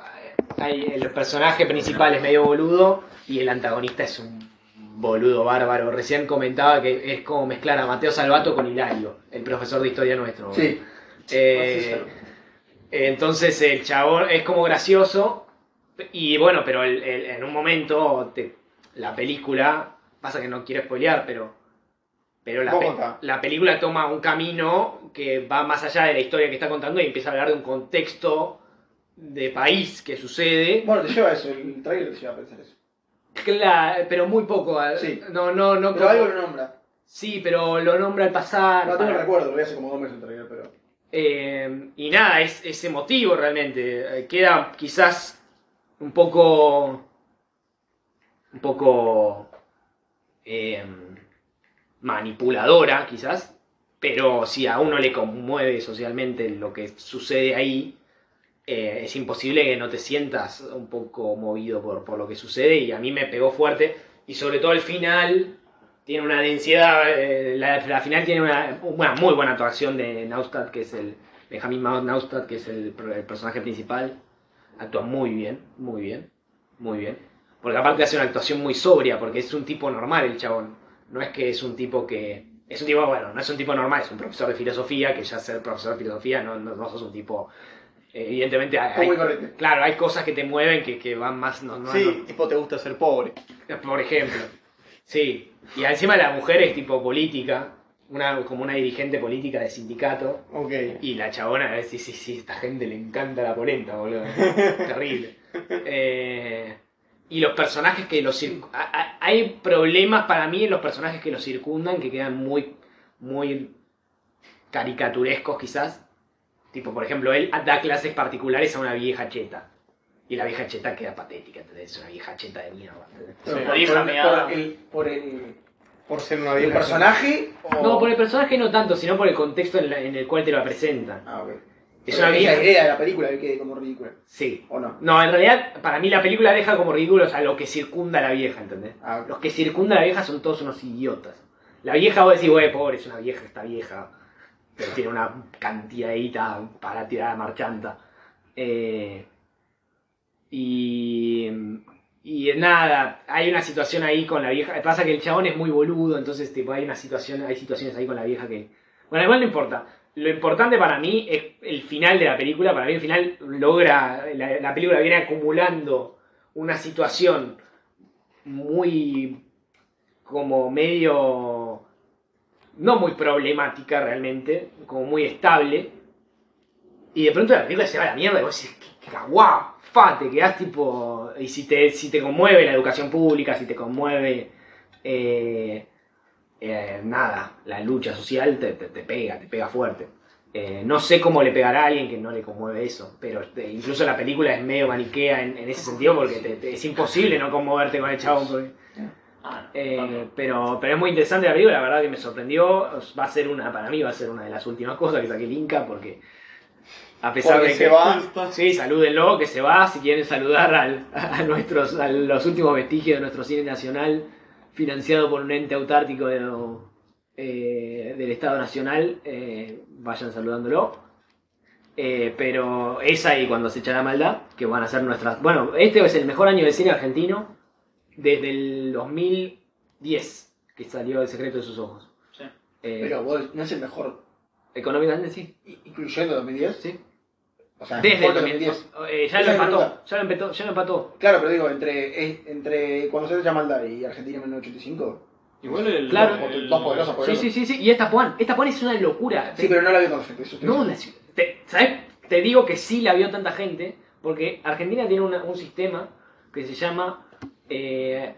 hay- el personaje principal es medio boludo y el antagonista es un boludo bárbaro. Recién comentaba que es como mezclar a Mateo Salvato con Hilario, el profesor de historia nuestro.
Sí.
Eh, entonces el chabón es como gracioso. Y bueno, pero el- el- en un momento te- la película, pasa que no quiero spoilear, pero, pero la,
Vos
pe-
contá.
la película toma un camino que va más allá de la historia que está contando y empieza a hablar de un contexto de país que sucede.
Bueno, te lleva eso, el trailer te lleva a pensar eso.
Cla- pero muy poco. eh,
Sí.
No, no, no.
Pero
como-
algo lo nombra.
Sí, pero lo nombra al pasar.
No tengo
para-
recuerdo, lo vi hace como dos meses el trailer, pero.
Eh, y nada, es, es emotivo realmente. Eh, Queda quizás un poco. un poco. eh, manipuladora, quizás. Pero si a uno le conmueve socialmente lo que sucede ahí, eh, es imposible que no te sientas un poco movido por, por lo que sucede. Y a mí me pegó fuerte. Y sobre todo al final, tiene una densidad. eh, la, la final tiene una, una muy buena actuación de Neustadt, que es el. Benjamin Mao Neustadt, que es el, pr- el personaje principal. Actúa muy bien, muy bien, muy bien. Porque aparte hace una actuación muy sobria, porque es un tipo normal el chabón. No es que es un tipo que. Es un tipo, bueno, no es un tipo normal, es un profesor de filosofía, que ya ser profesor de filosofía no, no, no sos un tipo. eh, Evidentemente, hay-
muy
hay,
correcto.
claro, hay cosas que te mueven que, que van más. No, no-
Sí, tipo, te gusta ser pobre.
no- por ejemplo. Sí. Y encima la mujer es tipo política, una, como una dirigente política de sindicato.
Ok.
Y la chabona, a ver, sí, sí, sí, esta gente le encanta la polenta, boludo. Terrible. Eh, y los personajes que los circu- a- a- Hay problemas para mí en los personajes que los circundan que quedan muy, muy caricaturescos quizás. Tipo, por ejemplo, él da clases particulares a una vieja cheta. Y la vieja cheta queda patética, ¿entendés? Es una vieja cheta de mierda. ¿entendés?
Pero
Sí,
por,
vieja
por-
meada.
por el, por el,
Por ser una
el
vieja.
personaje o...
No, por el personaje no tanto, sino por el contexto en, la- en el cual te lo presentan.
Ah, ok.
Es una
Pero
vieja...
la idea de la película que quede como ridícula.
Sí.
¿O no?
No, en realidad, para mí la película deja como ridículos a lo que circunda a la vieja, ¿entendés?
Ah, ok.
Los que circundan a la vieja son todos unos idiotas. La vieja, vos decís, güey, pobre, es una vieja, está vieja. Pero tiene una cantidad de guita para tirar a marchanta. Eh, y. Y nada, hay una situación ahí con la vieja. Pasa que el chabón es muy boludo, entonces, tipo, hay una situación, hay situaciones ahí con la vieja que. Bueno, igual no importa. Lo importante para mí es el final de la película. Para mí, el final logra. La, la película viene acumulando una situación muy como medio no muy problemática realmente, como muy estable. Y de pronto la película se va a la mierda y vos decís, "Qué- qué guau, fa, te quedás tipo. Y si te, si te conmueve la educación pública, si te conmueve eh, eh, nada, la lucha social te, te- te pega, te pega fuerte. Eh, no sé cómo le pegará a alguien que no le conmueve eso, pero este, incluso la película es medio maniquea en, en ese sentido porque te- te- es imposible no conmoverte con el chabón. porque-
Ah,
eh,
ok.
pero, pero es muy interesante la película, la verdad que me sorprendió. Va a ser una, para mí, va a ser una de las últimas cosas que saque el Inca, porque a pesar
Porque
de
se
que.
va.
Sí, salúdenlo, que se va. Si quieren saludar al- a, nuestros, a los últimos vestigios de nuestro cine nacional, financiado por un ente autártico de- eh, del Estado Nacional, eh, vayan saludándolo. Eh, pero es ahí cuando se echa la maldad, que van a ser nuestras... Bueno, este es el mejor año de cine argentino desde el 2010, que salió El secreto de sus ojos.
Sí.
Eh,
Pero vos, no es el mejor,
económicamente sí.
i- incluyendo 2010.
Sí.
O sea,
Desde el
mejor que
2010. Eh, ya,
Esa
lo
es la
empató,
pregunta.
ya lo empató, ya lo empató.
Claro, pero digo, entre, eh, entre cuando se echa maldad y Argentina 1985.
Igual el.
Claro.
el-
Dos poderosos,
Sí,
poderosos.
sí, sí, sí. Y esta Juan, esta Juan es una locura.
Sí, pero no la vi con gente. Eso te
No,
digo.
la- te, ¿sabes? Te digo que sí la vio tanta gente, porque Argentina tiene una- un sistema que se llama eh,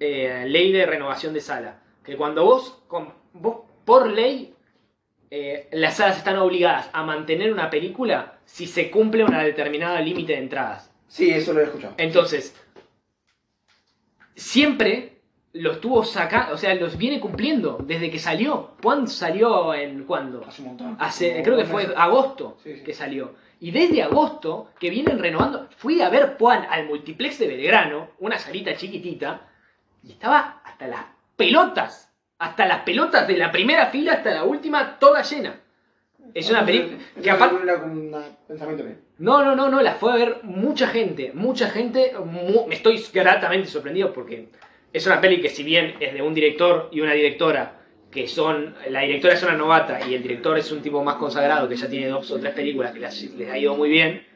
eh, Ley de Renovación de Sala. Que cuando vos, con- vos por ley, eh, las salas están obligadas a mantener una película si se cumple una determinada límite de entradas.
Sí, eso lo he escuchado.
Entonces, siempre lo estuvo sacando, o sea, los viene cumpliendo desde que salió. ¿Cuándo salió en cuándo?
Hace un montón.
Hace,
Como
creo que
dos
fue ah,
meses.
agosto
Sí, sí.
que salió. Y desde agosto que vienen renovando. Fui a ver Juan al multiplex de Belgrano, una salita chiquitita, y estaba hasta las pelotas. Hasta las pelotas de la primera fila hasta la última, toda llena. Es
Ah,
una película
Entonces,
que aparte.
era como un pensamiento mío.
No, no, no, no, la fue a ver mucha gente, mucha gente, mu- me estoy gratamente sorprendido porque es una peli que si bien es de un director y una directora, que son, la directora es una novata y el director es un tipo más consagrado que ya tiene dos o tres películas que las- les ha ido muy bien,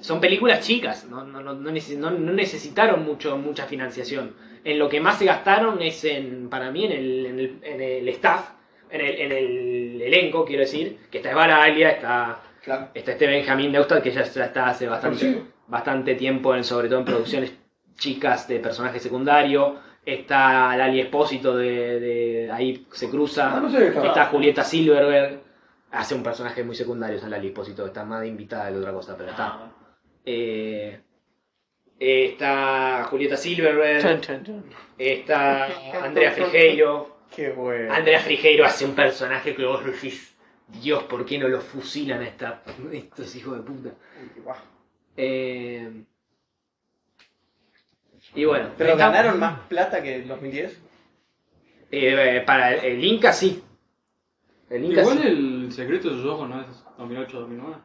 son películas chicas, no, no, no, no neces- no- no necesitaron mucho, mucha financiación. En lo que más se gastaron es en, para mí, en el, en el- en el staff, en el, en el elenco, quiero decir, que está Esbara Alia, está...
Claro.
Está este Benjamín Neustad que ya ya está hace bastante,
Conocido.
bastante tiempo, en, sobre todo en producciones chicas de personaje secundario. Está Lali Espósito de, de ahí se cruza.
Ah, no sé de qué estaba.
está Julieta Silverberg. Hace un personaje muy secundario, es Lali Espósito. Está más de invitada que otra cosa, pero está.
Ah,
Eh, eh, está Julieta
Chan,
Silverberg.
chan, chan.
Está Andrea Frigeiro.
Qué bueno.
Andrea Frigeiro hace un personaje que vos decís, Dios, ¿por qué no lo fusilan a esta- estos hijos de puta? Eh, y bueno,
Pero
está-
ganaron más plata que en 2010.
eh, para el, el Inca sí. El Inca
Igual
sí.
el secreto de sus ojos no es 2008-2009.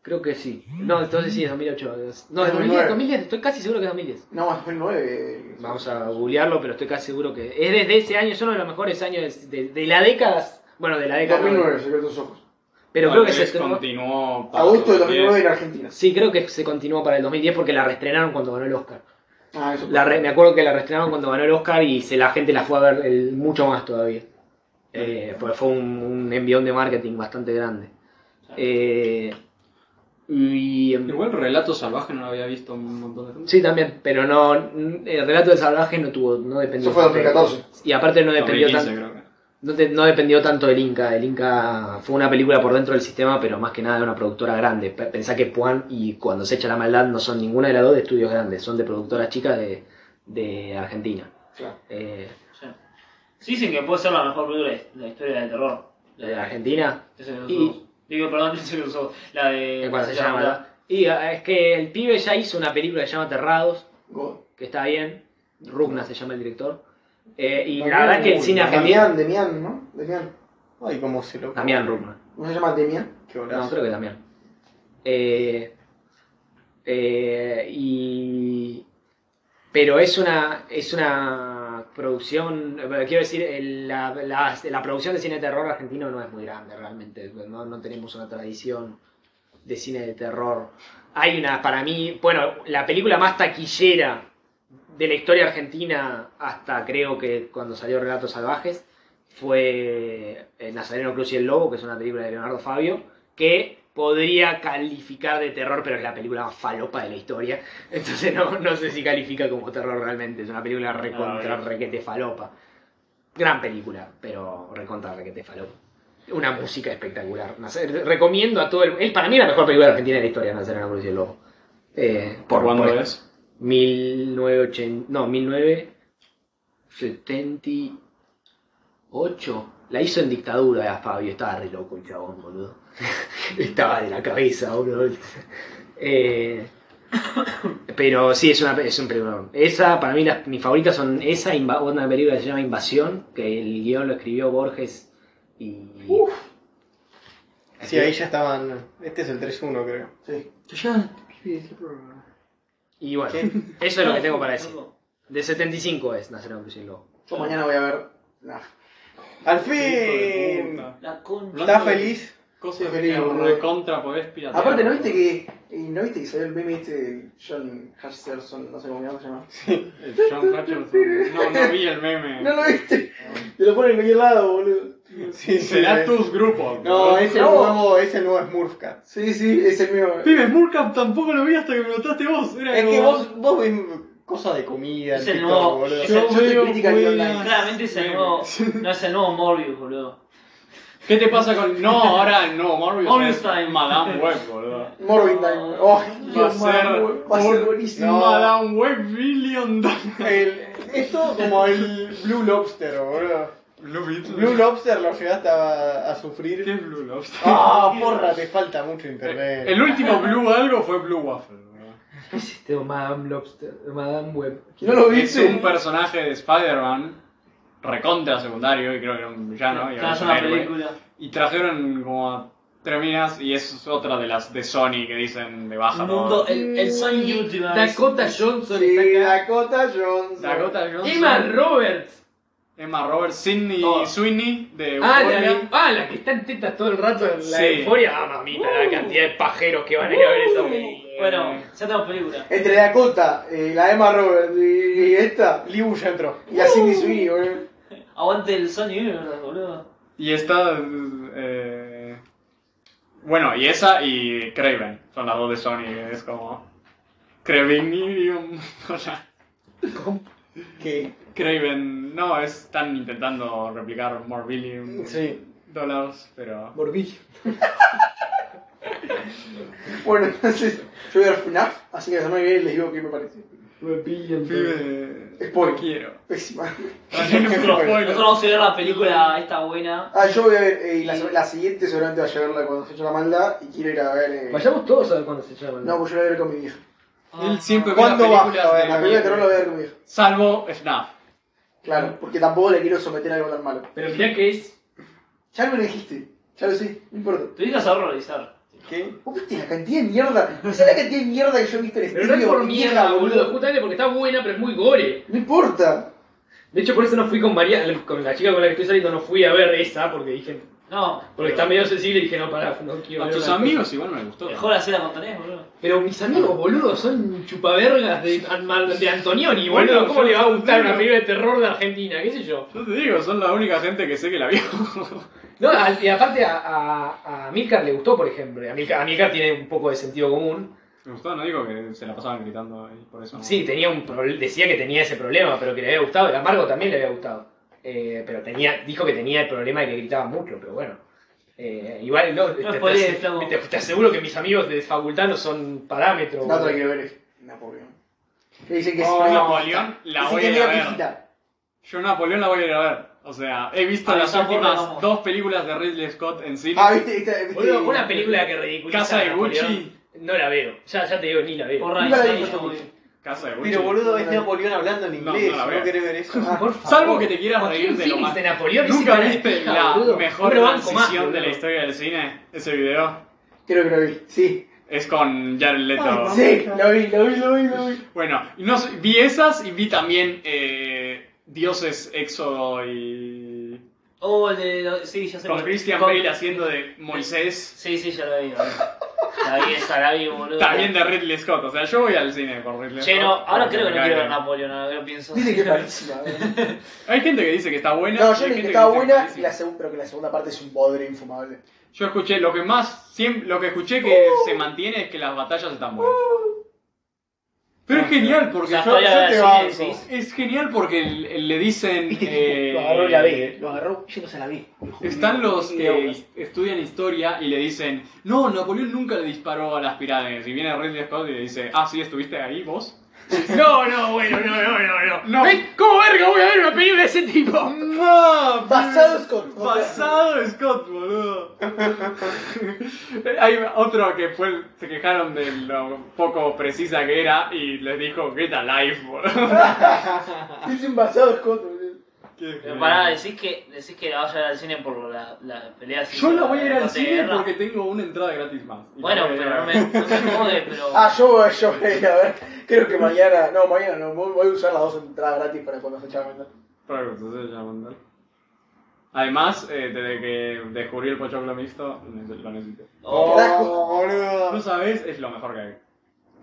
Creo que sí. No, entonces sí, es 2008. No, es 2010,
2009.
2010, estoy casi seguro que es 2010.
No, es 2009.
Vamos a googlearlo, pero estoy casi seguro que es desde ese año, es uno de los mejores años de, de la década. Bueno, de la década.
2009, se tus ojos.
Pero
Tal
creo que se
vez
estrenó.
continuó para
Agosto de 2009
2010.
en Argentina.
Sí, creo que se continuó para el 2010 porque la reestrenaron cuando ganó el Oscar.
Ah, eso.
La re- me acuerdo que la reestrenaron cuando ganó el Oscar y se, la gente la fue a ver el- mucho más todavía. Eh, pues fue un, un envión de marketing bastante grande. Eh, y,
Igual Relato Salvaje no lo había visto un montón de gente.
sí, también, pero no. El relato del salvaje no tuvo, no dependió.
Eso fue
tanto de-
2014.
Y aparte no dependió,
2015
tan-
creo que.
no, te- no dependió tanto del Inca. El Inca fue una película por dentro del sistema, pero más que nada de una productora grande. Pe- Pensá que Puan y Cuando se echa la maldad no son ninguna de las dos de estudios grandes, son de productoras chicas de, de Argentina.
Claro.
Eh,
Sí. Sí, dicen que puede ser la mejor película de la historia del terror.
de Argentina.
Ese que
Y-
usó. Digo, perdón, ese que usó. La de.
Eh, cuando se llama, ¿verdad? Y eh, es que el pibe ya hizo una película que se llama Aterrados,
God.
que está bien. Rugna se llama el director. Eh, y la
Damián,
verdad que el
uy,
cine argentino.
Damián, Demián, ¿no? Demián.
Ay, cómo se lo.
Damián Rugna.
¿No se llama Demián?
Qué
No,
golazo.
creo que Damián. Eh, eh, y. Pero es una. Es una producción. eh, Quiero decir, el- la, la- la producción de cine de terror argentino no es muy grande realmente. No, no tenemos una tradición de cine de terror. Hay una, para mí, bueno, la película más taquillera de la historia argentina hasta creo que cuando salió Relatos Salvajes fue eh, Nazareno Cruz y el Lobo, que es una película de Leonardo Fabio, que podría calificar de terror, pero es la película más falopa de la historia. Entonces no, no sé si califica como terror realmente. Es una película recontra
Ah,
requete falopa. Gran película, pero recontra requete falopa. Una música espectacular. Nazaret- Recomiendo a todo el... él para mí es la mejor película argentina de la historia, Nazareno Cruz y el Lobo. Eh,
¿Por cuándo
por-
es?
1980, no, 1978. La hizo en dictadura a Fabio, estaba re loco el chabón, boludo. estaba de la cabeza, boludo. Eh, pero sí, es una es un peliculón. Esa, para mí, las, mis favoritas son esa, inva- una película que se llama Invasión, que el guión lo escribió Borges y...
Sí, ahí ya estaban. Este es el 3-1, creo.
Sí.
Ya.
Y bueno, eso es lo que tengo para decir. De 75 es Nacional Cruz y el Lobo.
Yo mañana voy a ver. Nah.
¡Al
Hijo de
fin!
puta.
La concha.
¿Estás feliz?
Cosas
Feliz,
que
boludo.
recontra podés piratear.
Aparte, ¿no viste que. y ¿No viste que salió el meme este de John Hutcherson? No sé cómo mierda se llama.
El John Hutcherson. No, no vi el meme.
No lo viste. Te lo ponen en cualquier lado, boludo.
Sí,
Será
sí,
tus grupos.
No, es el
No.
nuevo, es el nuevo Smurfcat.
Sí, sí, es el mío.
Pibes, Murkamp tampoco lo vi hasta que me notaste vos. Era
Es que
como-
vos, vos ves cosas de comida, en
Es el
TikTok,
nuevo-
boludo.
es el-
Yo te
veo
critican y
buenas-
online.
Claramente es el nuevo. No es el nuevo Morbius, boludo.
¿Qué te pasa con.? No, ahora no, Morbius.
Morbius
es
Time.
Madame Web, boludo.
Morbid Time. boludo. Oh,
Va a
Dios mío,
ser.
va a ser
un-
buenísimo.
No.
Madame Web Billion Dollar.
El- es todo como el Blue Lobster, boludo.
Blue Beetle.
Blue Lobster lo llegaste a, a
¿Qué
sufrir.
es Blue Lobster?
¡Ah, porra! Te falta mucho internet.
El último Blue algo fue Blue Waffle, boludo.
Este Madame Lobster, Madame Web.
¿No lo
Es un
viste?
personaje de Spider-Man, recontra secundario, y creo que era un
Ah,
villano. y ahora
Ah,
Ya es
es un
una
héroe.
película.
Y trajeron como a tres minas, y eso es otra de las de Sony que dicen de baja.
El
¿no?
mundo, el, el Sun Universe.
Dakota Johnson
Sí,
está acá.
Dakota Johnson.
Dakota Johnson.
Emma Roberts.
Emma Roberts, Sidney
Todas.
Sweeney de
Ah
Euphoria.
la, ah, la que está en tetas todo el rato en la
Sí. Uh.
euforia. Ah, mamita, la cantidad de pajeros que van a ir a ver esa película.
Uh. Bueno, ya tenemos película.
Entre Dakota, eh, la Emma Roberts y, y esta.
Liu ya entró.
Y así Cindy Sweeney, boludo.
Aguante el Sun Universe, boludo.
Y está. eh, Bueno, y esa y Craven. Son las dos de Sony. que Es como. Craven y. un- o sea,
Que,
Craven. No, es- están intentando replicar More Billion
sí.
Dollars, pero.
Morbillo. bueno, entonces yo voy a ver FNAF, así que la semana que viene les digo qué me parece.
Pibe.
Spoiler.
no quiero.
Pésima.
Nosotros vamos a ver la película esta buena.
Ah, yo voy a ver, eh, y la, la siguiente seguramente va a llegarla cuando se echa la maldad y quiero ir a ver. eh,
Vayamos todos a ver cuándo se llama.
No, pues yo voy a ver con mi vieja.
Ah.
Él siempre ve las
¿Cuándo
películas
baja? A ver,
de-
La película de terror la voy a ver con mi vieja.
Salvo Snap.
Claro, porque tampoco le quiero someter a algo tan malo.
Pero mirá que es.
Ya me lo dijiste, ya lo sé, no importa.
Te dedicas a horrorizar.
¿Qué?
¿Vos viste la cantidad de mierda? ¿Esa es la cantidad de mierda que yo he visto en
Pero no es
estéreo,
por
vieja,
mierda, boludo. Justamente porque está buena, pero es muy gore.
No importa.
De hecho, por eso no fui con varias. Con la chica con la que estoy saliendo, no fui a ver esa porque dije.
No,
Porque está medio sensible y dije, no, pará, no quiero
A
ver
tus
una
amigos
cosa.
igual no les gustó.
mejor hacer la Montanés, boludo.
Pero mis amigos, boludo, son chupavergas de, de Antonioni, boludo.
Boludo,
¿Cómo
yo-
le va a gustar una
yo-
película de terror de Argentina? ¿Qué sé yo?
Yo te digo, son la única gente que sé que la vio.
No, al- y aparte a, a, a Milcar le gustó, por ejemplo. A Milcar, a Milcar tiene un poco de sentido común.
Me gustó, no digo que se la pasaban gritando y por eso. no.
Sí, tenía un proble- decía que tenía ese problema, pero que le había gustado. Y a Margo también le había gustado. Eh, pero tenía, dijo que tenía el problema de que gritaba mucho, pero bueno. Eh, igual no, te, te-
spoilees, Flavo.
te- te aseguro que mis amigos de facultad no son parámetros.
La otra que quiero ver es Napoleón. Que dicen que es
Oh,
medio-
Napoleón, la
dicen
voy
que
a
es
ir a
medio
ver.
pijita.
Yo Napoleón la voy a ir a ver. O sea, he visto
A
las
esa porra
últimas
vamos.
dos películas de Ridley Scott en cine.
Ah, viste, viste, viste.
Boludo, una película que ridiculiza
Casa de
a Napoleón,
Gucci.
No la veo. Ya, ya te digo, ni la veo.
Por
Nunca la
Einstein,
vi,
está muy bien.
Casa de Gucci.
Pero boludo, es Napoleón hablando en
No,
inglés,
no
no,
la veo.
querés ver eso.
Ah,
Por
Salvo que te quieras
¿Por qué
reír de lo
Phoenix
más.
de Napoleón es
¿Nunca
una
viste
pija,
la
boludo?
mejor
No lo banco más,
transición de la
boludo.
historia del cine? Ese video
Creo que lo vi, sí.
es con Jared Leto.
Sí, lo vi, lo vi, lo vi, lo vi.
Bueno, y no sé, vi esas y vi también eh, Dioses, Éxodo y.
Oh, el de. Sí, ya sé
Con
cuál.
Christian
Con-
Bale haciendo de Moisés.
Sí, sí, ya la vi. boludo. La vi esa, la vi, boludo.
También de Ridley Scott. O sea, yo voy al cine con Ridley Scott.
Che, no, ahora creo que no
Me
quiero
cae.
ver Napoleón, ahora que lo pienso.
Dicen que es malísima. ¿eh?
Hay gente que dice que está buena.
No,
y
yo
hay gente
le dije que estaba
dice
buena,
malísima.
la segun- pero que la segunda parte es un bodre infumable.
Yo escuché, lo que más, siempre, lo que escuché que
Uh.
se mantiene es que las batallas están buenas. Pero es genial
O
porque
sea,
yo-
estoy a
yo
ver
te
si
banco.
decís.
Es genial porque le- le dicen... eh,
Lo agarró y la vi, ¿eh? Lo agarró yéndose a la vi.
Están los
Y
que
ahora.
his- estudian historia y le dicen, no, Napoleón nunca le disparó a las pirámides. Y viene Ridley Scott y le dice, ah, sí, estuviste ahí vos.
No, no, bueno, no, no, no, no.
No.
¿Ves cómo verga voy a ver una película de ese tipo?
¡No! pues,
Basado Scott. o sea,
Basado en Scott, boludo. Hay otro que fue, se quejaron de lo poco precisa que era y les dijo, get alive, boludo.
Ah.
Es un basado Scott, boludo.
Pero pará, decís que, decís que la vas a ver al cine por la, la pelea. así,
Yo la
por
voy a ir al
parte de
cine
guerra.
porque tengo una entrada gratis más. Y
Bueno,
la voy a ir
pero
a
no
ver.
me, no me jode, pero.
Ah, yo voy, yo voy a ir a ver. Creo que mañana, no, mañana no, voy, voy a usar las dos entradas gratis para cuando se eche a vender.
Pero entonces ya mandar. Además, eh, desde que descubrí el pochoclo mixto, lo necesito.
Oh,
Carajo.
Tú sabes, es lo mejor que hay.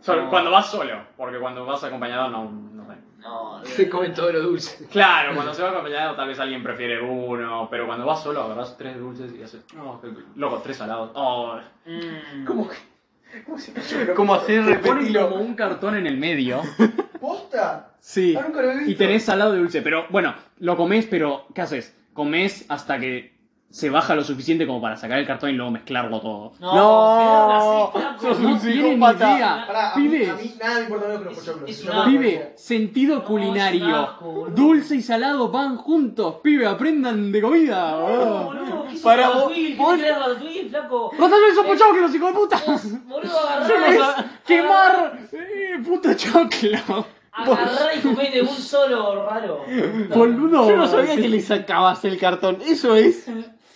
Solo-
No.
Cuando vas solo, porque cuando vas acompañado no, no hay.
No, de-
Se comen todo lo dulce.
Claro, cuando se va acompañado tal vez alguien prefiere uno, pero cuando vas solo agarras tres dulces y haces, no, qué loco, tres salados. Oh.
Mm.
¿Cómo que? ¿Cómo se cayó?
¿Cómo hacer
como un cartón en el medio.
¿Posta?
Sí.
Ah, nunca lo he visto.
Y tenés salado de dulce, pero bueno, lo comés, pero ¿qué haces? Comés hasta que se baja lo suficiente como para sacar el cartón y luego mezclarlo todo.
No, no, así, flaco,
sos un
no tiene ni
psicópata.
idea.
Pará, a mí,
Pibes.
a mí nada me importa menos que los pochoclos.
Es- es
Yo
una-
no me
Pibe,
acuerdo.
sentido
No,
culinario.
es un asco, boludo.
Dulce y salado van juntos, pibe, aprendan de comida,
No,
boludo.
boludo, ¿qué sos
Para vos-
Ratatouille?
vos-
¿Qué querés Ratatouille, flaco?
Rotando
Eh,
esos pochoclos, hijo de
oh,
puta.
Boludo,
Yo
agarrá,
no sab- Quemar
ah.
eh, puto choclo.
agarrá y comé de un solo raro.
Boludo.
Yo no sabía que le sacabas el cartón. Eso es.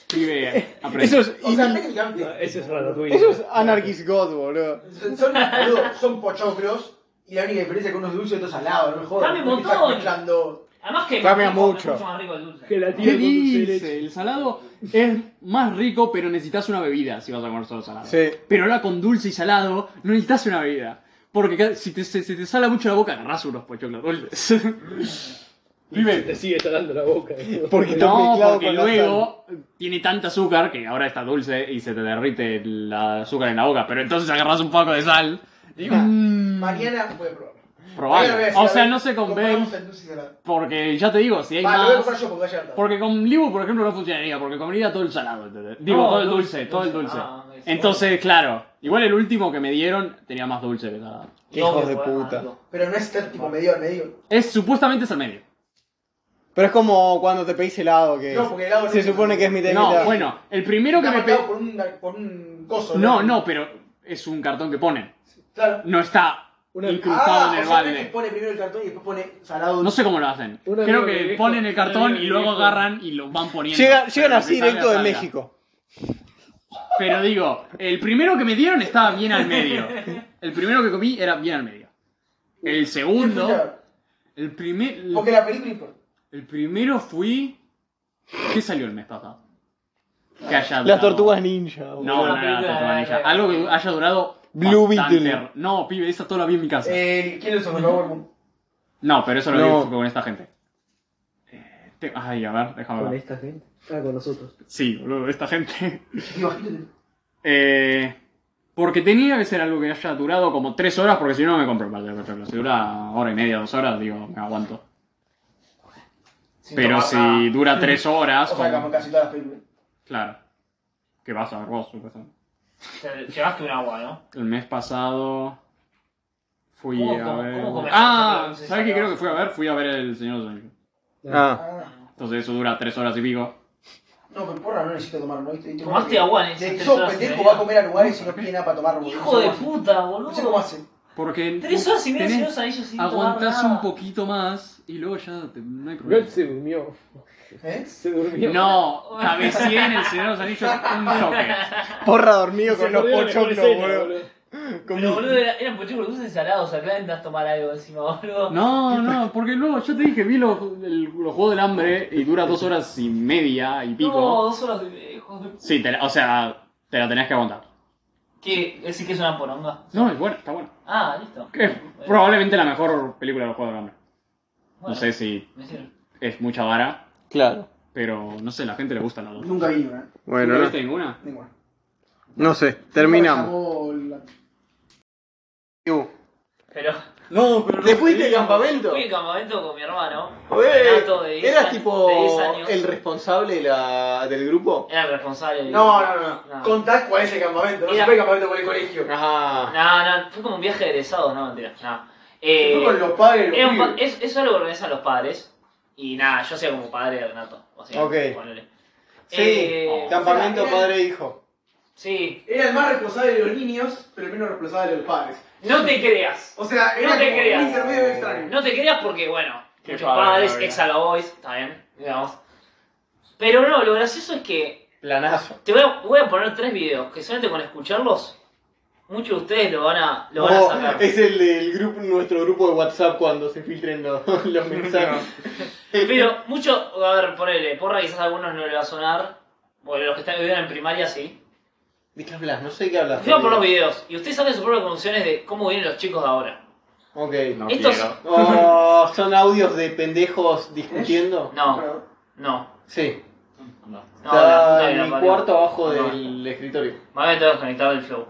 Pibe, aprende.
Eso es.
O sea, técnicamente,
Eso es Ratatouille.
Eso es Anarchist God, boludo.
son, son, boludo, son pochoclos y la única diferencia es que uno es dulce y otro es salado, no me jodas.
Dame un
no me estás
montón.
mezclando.
Además que
Cambia
es rico,
mucho.
es mucho más rico el dulce.
¿Qué dice? El salado es más rico, pero necesitas una bebida si vas a comer solo salado.
Sí.
Pero ahora con dulce y salado, no necesitas una bebida. Porque ca- si te, se, se te sala mucho la boca, agarrás unos pochoclos dulces.
Te sigue salando la boca. eh.
Porque está
No,
mezclado
porque
con la sal.
luego tiene tanta azúcar que ahora está dulce y se te derrite el azúcar en la boca. Pero entonces agarras un poco de sal. Y, mmm,
Mañana voy a probar. Mañana voy a
probalo.
decir,
O
a
sea,
ver,
no se convence.
comparamos el dulce y salado.
Porque ya te digo, si hay
Va, lo voy a
más.
comprar yo porque voy a llegar tarde.
Porque con Libu, por ejemplo, no funcionaría, porque comería todo el salado, ¿entendés? Digo,
No,
todo el
dulce,
dulce, todo el
dulce.
dulce.
Ah, ok, sí.
Entonces, claro, igual el último que me dieron tenía más dulce que salado.
Qué hijos
Doble,
de
boludo,
puta.
más rico.
Pero no es estar tipo medio al medio.
Es supuestamente es el medio.
Pero es como cuando te pedís helado, que
No, porque el helado no
se
es
supone
helado.
que es mitad y
No,
mitad.
bueno, el primero que
Está
me pedí.
marcado por un, por un coso.
No, no, pero es un cartón que ponen.
Claro.
No está
Una-
incrustado
ah,
en el
o sea, no es que
balde.
pone primero el cartón y después pone salado.
No sé cómo lo hacen.
Un amigo
Creo
de
que
viejo,
ponen el cartón
un amigo
y
de
luego
viejo.
agarran y lo van poniendo.
Llega-
Pero
llegan
lo que
así
salga,
directo de
salga.
México.
Pero digo, el primero que me dieron estaba bien al medio. El primero que comí era bien al medio. El segundo. El primer.
Porque la película importa.
El primero fui. ¿Qué salió el mes pasado? Que haya
Las
durado-
tortugas ninja.
No,
boludo.
no, no, las tortugas ninja. Algo que haya durado.
Blue
bastante-
Beetle.
No, pibe, esa toda la vi en mi casa.
Eh, ¿Quién lo hizo, por favor?
No, pero eso lo
No.
vi con esta gente. Eh, te- Ay, a ver, déjame
Con
ver.
esta gente. Ah, con nosotros.
Sí, boludo, esta gente. Eh, porque tenía que ser algo que haya durado como tres horas, porque si no me compro el Battle of the Pearls. Si dura hora y media, dos horas, digo, me aguanto.
Sin
Pero
tomar nada.
ah.
si dura tres horas,
O sea,
como-
como casi todas las películas.
claro. Que vas a ver vos, supuestamente.
Te llevaste un agua, ¿no?
El mes pasado fui
¿Cómo-
a
cómo-
ver.
cómo comés?
ah,
Perdón, sí,
¿sabes qué
sacabas.
creo que fui a ver? Fui a ver El Señor de los Anillos.
Ah,
Ah.
Entonces eso dura tres horas y pico.
No, pero porra no necesito tomar, ¿no? ¿Viste? ¿Viste?
Tomaste agua en esas
De
tres
yo,
horas y
pendejo,
media.
va a comer a lugares y no tiene nada para tomar. boludo.
Hijo de
No sé cómo hace.
puta,
No sé cómo
boludo.
hace.
Porque.
Tres horas y media,
tenés-
señor Sanillo, sin tomar
Aguantás
nada.
un poquito más y luego ya te- no hay problema.
Gold se durmió.
¿Eh?
Se durmió.
No, cabecié en el Señor de los Anillos un choque.
porra dormido con los
perdió la mejor
pochoclos,
escena,
boludo. Con
Pero boludo, era- eran pochoclos dulces y salados, acá necesitas tomar algo encima, boludo.
No, no, porque luego yo te dije, vi los, el- los Juegos del Hambre y dura dos horas y media y
No,
pico.
dos horas de hijos de-
Sí, te la- o sea, te la tenés que aguantar.
¿Qué? ¿Decís que es una poronga?
No, es bueno, está bueno.
Ah, listo.
Que es probablemente la mejor película de los Juegos del Hambre. No
Bueno,
sé si
me sirve.
es mucha vara,
Claro.
pero no sé, la gente le gusta la dos.
Nunca ¿eh? vi una.
¿No
Bueno, no,
viste ninguna?
Ninguna.
no sé, terminamos.
Llamó la-
Pero
No, pero
¿Te fuiste de campamento?
fui en campamento con mi hermano.
Oye,
Nato de diez
¿Eras
años-
tipo
de diez años.
el responsable de la- del grupo?
Era el responsable. de-
No, no, no, no.
Eh, No.
Contá cuál es el campamento. No
Mira.
se fue el campamento por el colegio.
Ajá.
No, no, fue como un viaje de egresados, no, mentira. No.
Se
Eh,
fue con los padres.
era
Los
un pa-
pibes.
es, es algo que organizan los padres. Y nada, yo hacía como padre de Renato. O sea,
Ok.
ponele.
Sí,
Eh,
Campamento
Era- era-
padre e hijo.
sí.
Era el más responsable de los niños, pero el menos responsable de los padres.
No te creas.
O sea, era
No te
como
creas.
un intermedio extraño.
No te creas porque, bueno,
Qué
muchos
padre,
padres,
la verdad.
ex Boys, está bien, digamos. Pero no, lo gracioso es que
Planazo.
te voy a, voy a poner tres videos que solamente con escucharlos, muchos de ustedes lo van a, lo van a
Oh,
sacar.
es el del grupo, nuestro grupo de WhatsApp cuando se filtren los, los mensajes.
Pero mucho, a ver, ponele, porra quizás a algunos no le va a sonar. Bueno, los que están viviendo en primaria sí.
¿De qué hablas? No sé de qué hablas.
Fui a por los videos y ustedes saquen sus propias conclusiones de cómo vienen los chicos de ahora.
Ok.
No
Estos-
quiero.
Oh, ¿Son audios de pendejos discutiendo?
No, no.
Sí.
No.
no la puta
Está
que la
en mi
parió.
cuarto abajo
No.
del escritorio.
Me voy a tener que desconectar del flow.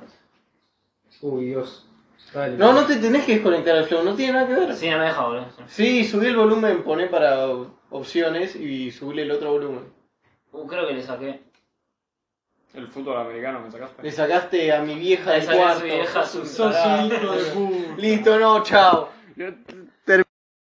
Uy, Dios. Dale.
No, no te tenés que desconectar al flow, no tiene nada que ver.
Sí, no me deja, boludo.
Sí, subí el volumen, poné para opciones y subí el otro volumen.
Uh, creo que le saqué.
El fútbol americano me
Le
sacaste.
sacaste a mi vieja
Le
del
saqué a su
cuarto.
vieja, su-
Sos un hijo de puta. Listo, no, chao.
puta.